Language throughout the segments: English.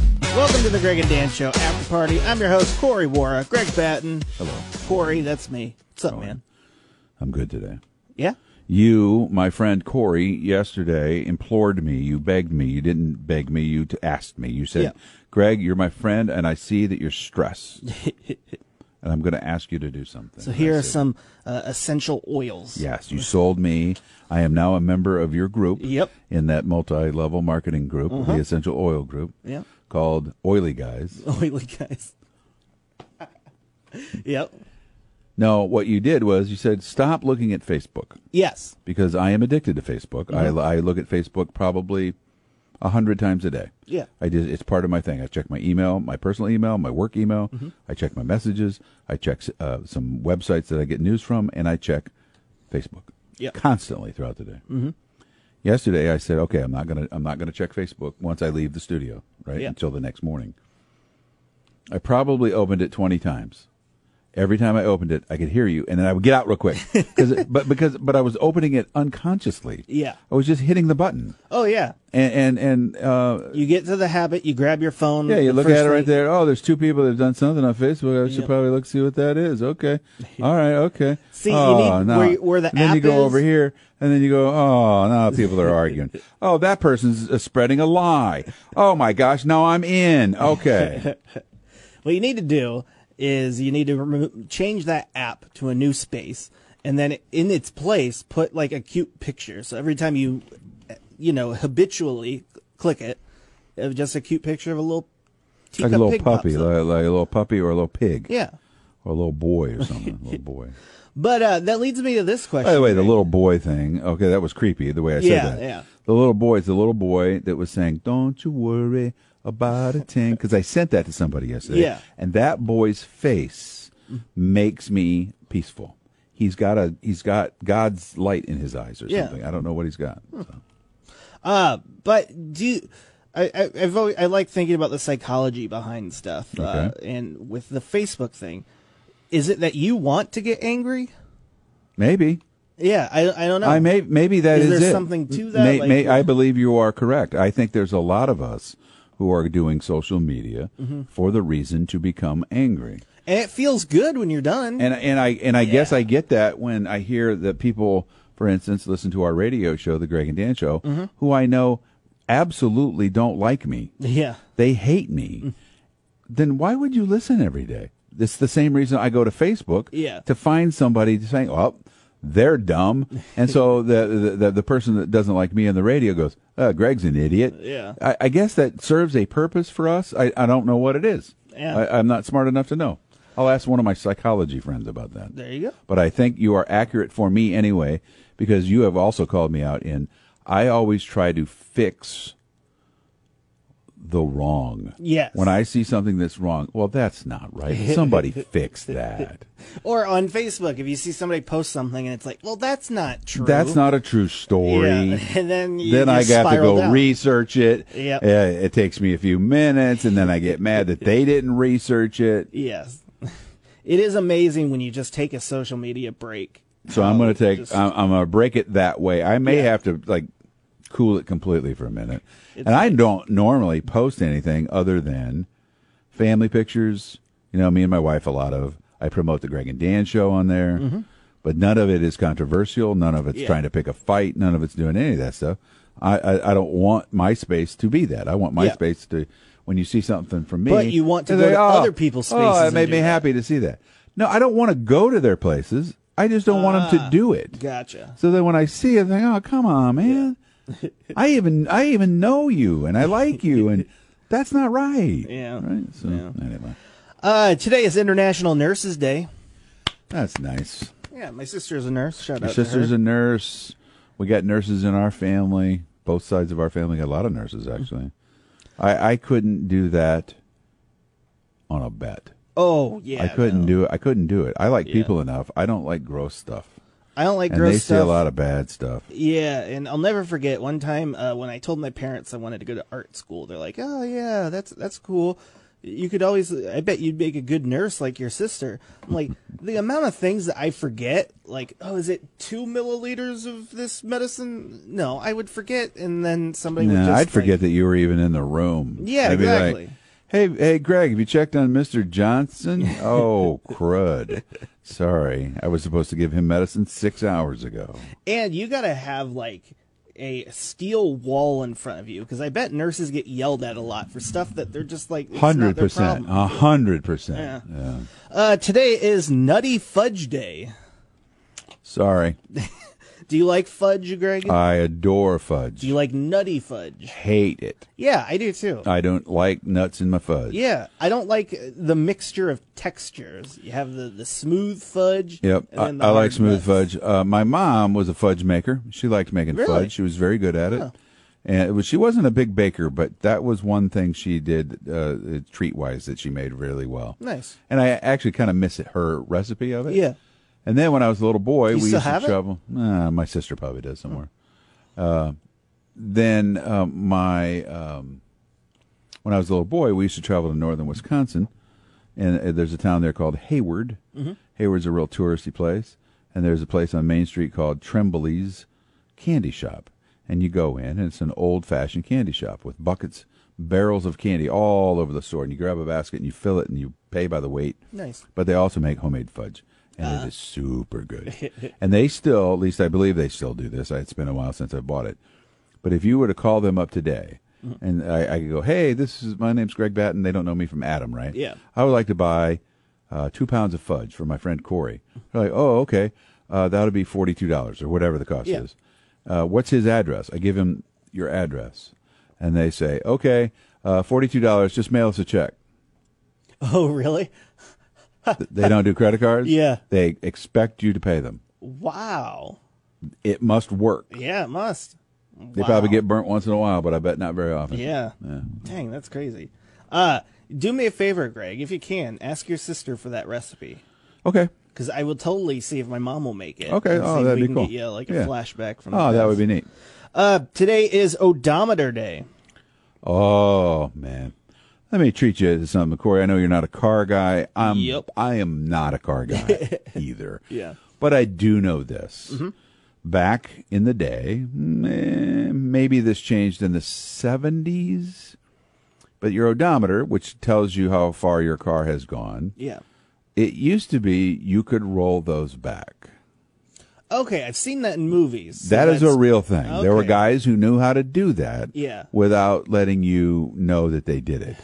to the Greg and Dan Show After Party. I'm your host, Corey Wara, Greg Batten. Hello. Corey, that's me. What's up, man? I'm good today. Yeah? You, my friend Corey, yesterday implored me. You begged me. You didn't beg me. You t- asked me. You said, Yeah. Greg, you're my friend, and I see that you're stressed. and I'm going to ask you to do something. So And I here are said, some uh, essential oils. Yes, you sold me. I am now a member of your group. Yep. Uh-huh. In that multi level marketing group, the essential oil group. Yeah. Called Oily Guys. Oily guys. yep. No, what you did was you said, stop looking at Facebook. Yes. because I am addicted to Facebook. Mm-hmm. I, I look at Facebook probably a hundred times a day. Yeah. I just, it's part of my thing. I check my email, my personal email, my work email. Mm-hmm. I check my messages. I check uh, some websites that I get news from, and I check Facebook. Yeah. constantly throughout the day. Mm-hmm. Yesterday, I said, okay, I'm not gonna I'm not gonna check Facebook once I leave the studio, right? Yeah. Until the next morning. I probably opened it 20 times. Every time I opened it, I could hear you, and then I would get out real quick. 'Cause it- but because but I was opening it unconsciously. Yeah. I was just hitting the button, Oh, yeah. and and, and uh, You get to the habit, you grab your phone. yeah, you the look first at it right thing- there. Oh, there's two people that have done something on Facebook. I should Yep. probably look see what that is. Okay, all right, okay. See, you oh, need no. where- where the and then you app go is. over here, and then you go, oh no, people are arguing. oh, that person's uh, spreading a lie. Oh my gosh, no, I'm in. Okay, What you need to do is you need to remove, change that app to a new space, and then in its place put like a cute picture. So every time you, you know, habitually click it, it was just a cute picture of a little like teacup a little pig pops puppy, up. like, like a little puppy or a little pig, Yeah, or a little boy or something. a little boy. but uh, that leads me to this question. By the way, the little boy thing. Okay, that was creepy. The way I said Yeah, that. yeah. The little boy is the little boy that was saying, "Don't you worry about a thing," because I sent that to somebody yesterday. Yeah. And that boy's face makes me peaceful. He's got a he's got God's light in his eyes or Yeah. something. I don't know what he's got. so. Uh, but do you, I, I I've always, I like thinking about the psychology behind stuff. Uh, Okay. and with the Facebook thing, is it that you want to get angry? Maybe. Yeah, I I don't know. I may maybe that Oh. Is is, there it. something to that? May, Like- may, I believe you are correct. I think there's a lot of us who are doing social media Mm-hmm. for the reason to become angry. and it feels good when you're done. And and I and I guess I get that when I hear that people, for instance, listen to our radio show, the Greg and Dan Show, Mm-hmm. who I know absolutely don't like me. yeah, They hate me. Then why would you listen every day? It's the same reason I go to Facebook Yeah. to find somebody to say, "Oh, they're dumb," and so the, the the the person that doesn't like me on the radio goes, uh, "Greg's an idiot." Yeah. I, I guess that serves a purpose for us. I, I don't know what it is. Yeah. I, I'm not smart enough to know. I'll ask one of my psychology friends about that. there you go. But I think you are accurate for me anyway, because you have also called me out in I always try to fix the wrong. Yes. When I see something that's wrong, well, that's not right. Somebody fix that. Or on Facebook, if you see somebody post something and it's like, well, that's not true. That's not a true story. Yeah, and then you- then you I got to spiral go down. research it. Yep. Uh, it takes me a few minutes, and then I get mad that they didn't research it. Yes, it is amazing when you just take a social media break. So I'm going to take. Uh, just- I'm, I'm going to break it that way. I may Yeah. have to like cool it completely for a minute. and I don't normally post anything other than family pictures. You know, me and my wife a lot of. I promote the Greg and Dan show on there, but none of it is controversial. None of it's Mm-hmm. Yeah. trying to pick a fight. None of it's doing any of that stuff. I I, I don't want MySpace to be that. I want Yeah. MySpace to. When you see something from me, But you want to and go they, to "Oh, other people's spaces Oh, it and made do me that." happy to see that. No, I don't want to go to their places. I just don't want Ah. them to do it. Gotcha. So then when I see it, I think, oh, come on, man. I even I even know you and I like you and that's not right. Yeah. Right. So anyway, Uh, today is International Nurses Day. that's nice. Yeah, my sister's a nurse. Shout My out to sister's her. a nurse. We got nurses in our family. Both sides of our family got a lot of nurses Mm-hmm. actually. I I couldn't do that on a bet. oh yeah, I couldn't no. do it. I couldn't do it. I like people enough. I don't like gross stuff. I don't like And gross they stuff. see a lot of bad stuff. Yeah, and I'll never forget one time uh, when I told my parents I wanted to go to art school. They're like, "Oh yeah, that's that's cool. You could always. I bet you'd make a good nurse like your sister." I'm like, the amount of things that I forget, like, oh, is it two milliliters of this medicine? No, I would forget, and then somebody would No, just. I'd like- forget that you were even in the room. Yeah, I'd be exactly. Like, Hey, hey, Greg, have you checked on Mr. Johnson? Oh, crud. Sorry. I was supposed to give him medicine six hours ago. And you gotta have like a steel wall in front of you because I bet nurses get yelled at a lot for stuff that they're just like it's not their 100%. problem. 100%. Yeah. Yeah. Uh, today is Nutty Fudge Day. Sorry. Do you like fudge, Greg? I adore fudge. Do you like nutty fudge? hate it. Yeah, I do too. I don't like nuts in my fudge. Yeah, I don't like uh, the mixture of textures. You have the, the smooth fudge. Yep, and I, then the I like hard smooth nuts. fudge. Uh, my mom was a fudge maker. She liked making Really? fudge. She was very good at it, and it was, she wasn't a big baker, but that was one thing she did uh, treat wise that she made really well. Nice. And I actually kind of miss it, her recipe of it. Yeah. And then when I was a little boy, you we still used have to it? travel. Nah, my sister probably does somewhere. Uh, then um, my um, when I was a little boy, we used to travel to northern Wisconsin, and uh, there's a town there called Hayward. Hayward's a real touristy place, and there's a place on Main Street called Tremblay's Candy Shop, and you go in, and it's an old-fashioned candy shop with buckets, barrels of candy all over the store, and you grab a basket and you fill it, and you pay by the weight Nice. but they also make homemade fudge, and Uh. it is super good. and they still, at least I believe they still do this. It's been a while since I bought it, but if you were to call them up today, Mm-hmm. and I, I could go, "Hey, this is my name's Greg Batten. They don't know me from Adam, right? Yeah. I would like to buy uh, two pounds of fudge for my friend Corey." Mm-hmm. They're like, "Oh, okay, uh, that'll be forty-two dollars or whatever the cost Yeah. is." Uh, what's his address? I give him your address, and they say, "Okay, uh, forty-two dollars. Just mail us a check." Oh, really? They don't do credit cards. Yeah. They expect you to pay them. Wow. It must work. Yeah, it must. They probably get burnt once in a while, but I bet not very often. Yeah. Dang, that's crazy. Uh, do me a favor, Greg, if you can, ask your sister for that recipe. Okay. Because I will totally see if my mom will make it. Okay. And see Oh, if that'd we be can cool. Get you, like a Yeah. flashback from. the Oh, that past. would be neat. Uh, today is Odometer Day. Oh man. Let me treat you to something, Corey. I know you're not a car guy. I'm Yep. I am not a car guy either. Yeah. Mm-hmm. But I do know this. Back in the day, eh, maybe this changed in the 70s, but your odometer, which tells you how far your car has gone, Yeah. It used to be you could roll those back. Okay, I've seen that in movies. so that is a that's- real thing. There were okay. guys who knew how to do that Yeah. without letting you know that they did it.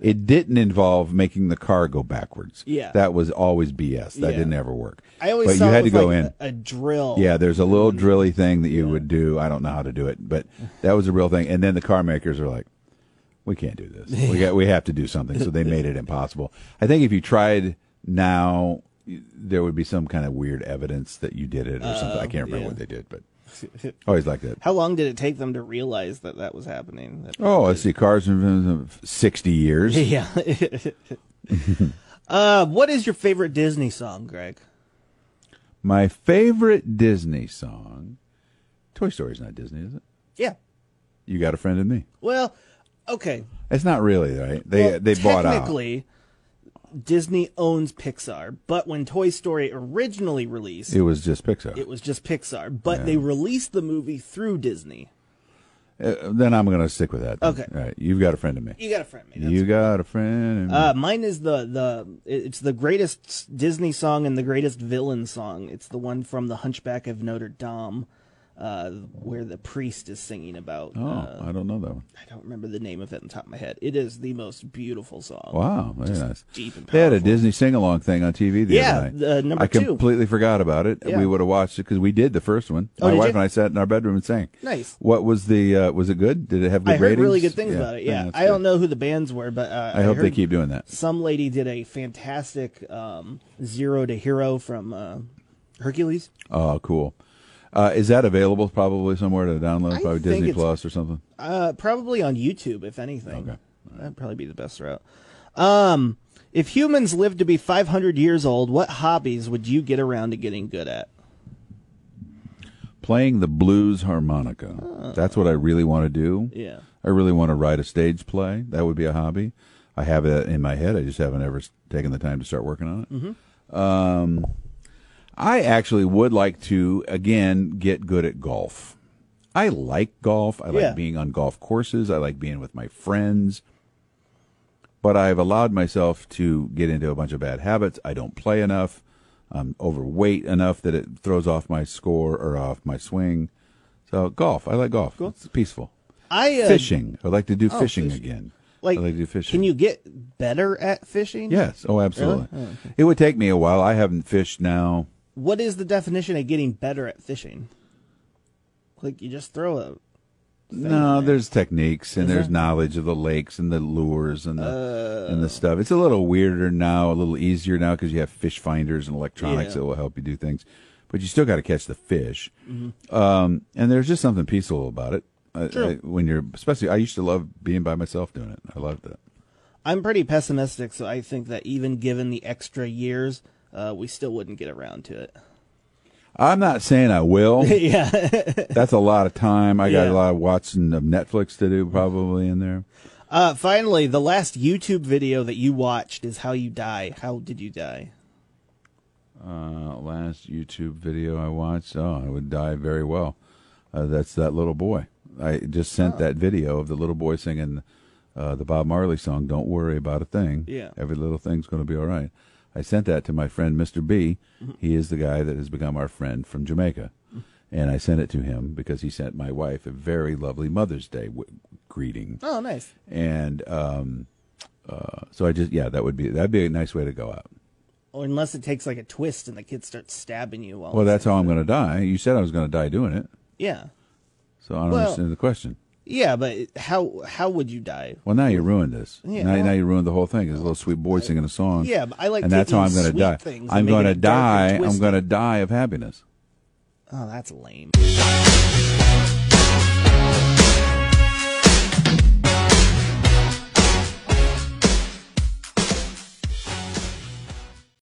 it didn't involve making the car go backwards. Yeah. That was always BS. That Yeah. didn't ever work. I always but saw you it had with, to go like, in. a, a drill. Yeah, there's a little drilly thing that you would do. I don't know how to do it, but that was a real thing. And then the car makers are like, "We can't do this. We got, we have to do something." So they made it impossible. I think if you tried now, y- there would be some kind of weird evidence that you did it or something. I can't remember Um, yeah. what they did, but I always like that. How long did it take them to realize that that was happening? That- Oh, I see. Cars in sixty years. Yeah. uh, what is your favorite Disney song, Greg? My favorite Disney song. Toy Story's not Disney, is it? Yeah. You got a friend in me. Well, okay. It's not really right. They Well, they bought out. technically, Disney owns Pixar, but when Toy Story originally released, It was just Pixar. it was just Pixar, but they released the movie through Disney. Uh, then I'm going to stick with that. then. Okay. All right. You've got a friend in me. You got a friend, me. That's You got a friend in me. Uh, mine is the the it's the greatest Disney song and the greatest villain song. It's the one from The Hunchback of Notre Dame, uh, where the priest is singing about. oh, Uh, I don't know that one. I don't remember the name of it on top of my head. It is the most beautiful song. Wow. Very nice. deep and They had a powerful. Disney sing along thing on TV the Yeah, other night. the number I two. completely forgot about it. Yeah. We would have watched it because we did the first one. Oh, My did wife you? and I sat in our bedroom and sang. Nice. What was the, uh, was it good? Did it have I good heard ratings? really good things about it. Yeah, that's I don't good. know who the bands were, but uh, I, hope they heard keep doing that. Some lady did a fantastic um, zero to hero from uh, Hercules. Oh, cool. Uh, is that available probably somewhere to download? I probably think Disney it's- Plus or something? Uh, probably on YouTube, if anything. Okay. That'd probably be the best route. Um, if humans lived to be 500 years old, what hobbies would you get around to getting good at? Playing the blues harmonica. That's what I really want to do. Yeah. I really want to write a stage play. That would be a hobby. I have that in my head. I just haven't ever s- taken the time to start working on it. Um, I actually would like to again get good at golf. I like golf. I like Yeah. being on golf courses. I like being with my friends. but I've allowed myself to get into a bunch of bad habits. I don't play enough. I'm overweight enough that it throws off my score or off my swing. So golf, I like golf. It's peaceful. I uh, Fishing, I'd like to do Oh, fishing fishing. again. Like, I like to do fishing. can you get better at fishing? Yes. Oh, absolutely. It would take me a while. I haven't fished now. What is the definition of getting better at fishing? Like you just throw a No, there's techniques and there's knowledge of the lakes and the lures and the and the Oh. stuff. It's a little weirder now, a little easier now because you have fish finders and electronics Yeah. that will help you do things. But you still got to catch the fish. Um, and there's just something peaceful about it. I, Mm-hmm. True. I- when you're especially, I used to love being by myself doing it. I loved it. I'm pretty pessimistic, so I think that even given the extra years, uh, we still wouldn't get around to it. I'm not saying I will. yeah. That's a lot of time. I got Yeah. a lot of watching of Netflix to do probably in there. Uh, finally, the last YouTube video that you watched is how you die. How did you die? Uh, last YouTube video I watched, oh, I would die very well. Uh, that's that little boy. I just sent that video of the little boy singing uh, the Bob Marley song, Don't Worry About a Thing. Yeah. Every little thing's going to be all right. I sent that to my friend, Mr. B. He is the guy that has become our friend from Jamaica. And I sent it to him because he sent my wife a very lovely Mother's Day w- greeting. Oh, nice. And um, uh, so I just, yeah, that would be, that'd be a nice way to go out. Or unless it takes like a twist and the kid starts stabbing you. While Well, that's how I'm going to die. You said I was going to die doing it. yeah, So I don't Well- understand the question. yeah. But how how would you die? Well, now you ruined this. Yeah, now, well- now you ruined the whole thing. It's a little sweet boy singing a song. Yeah, but I like and that's how I'm taking going to sweet die. things and I'm making going to it dark die. and I'm twisted. going to die of happiness. Oh, that's lame.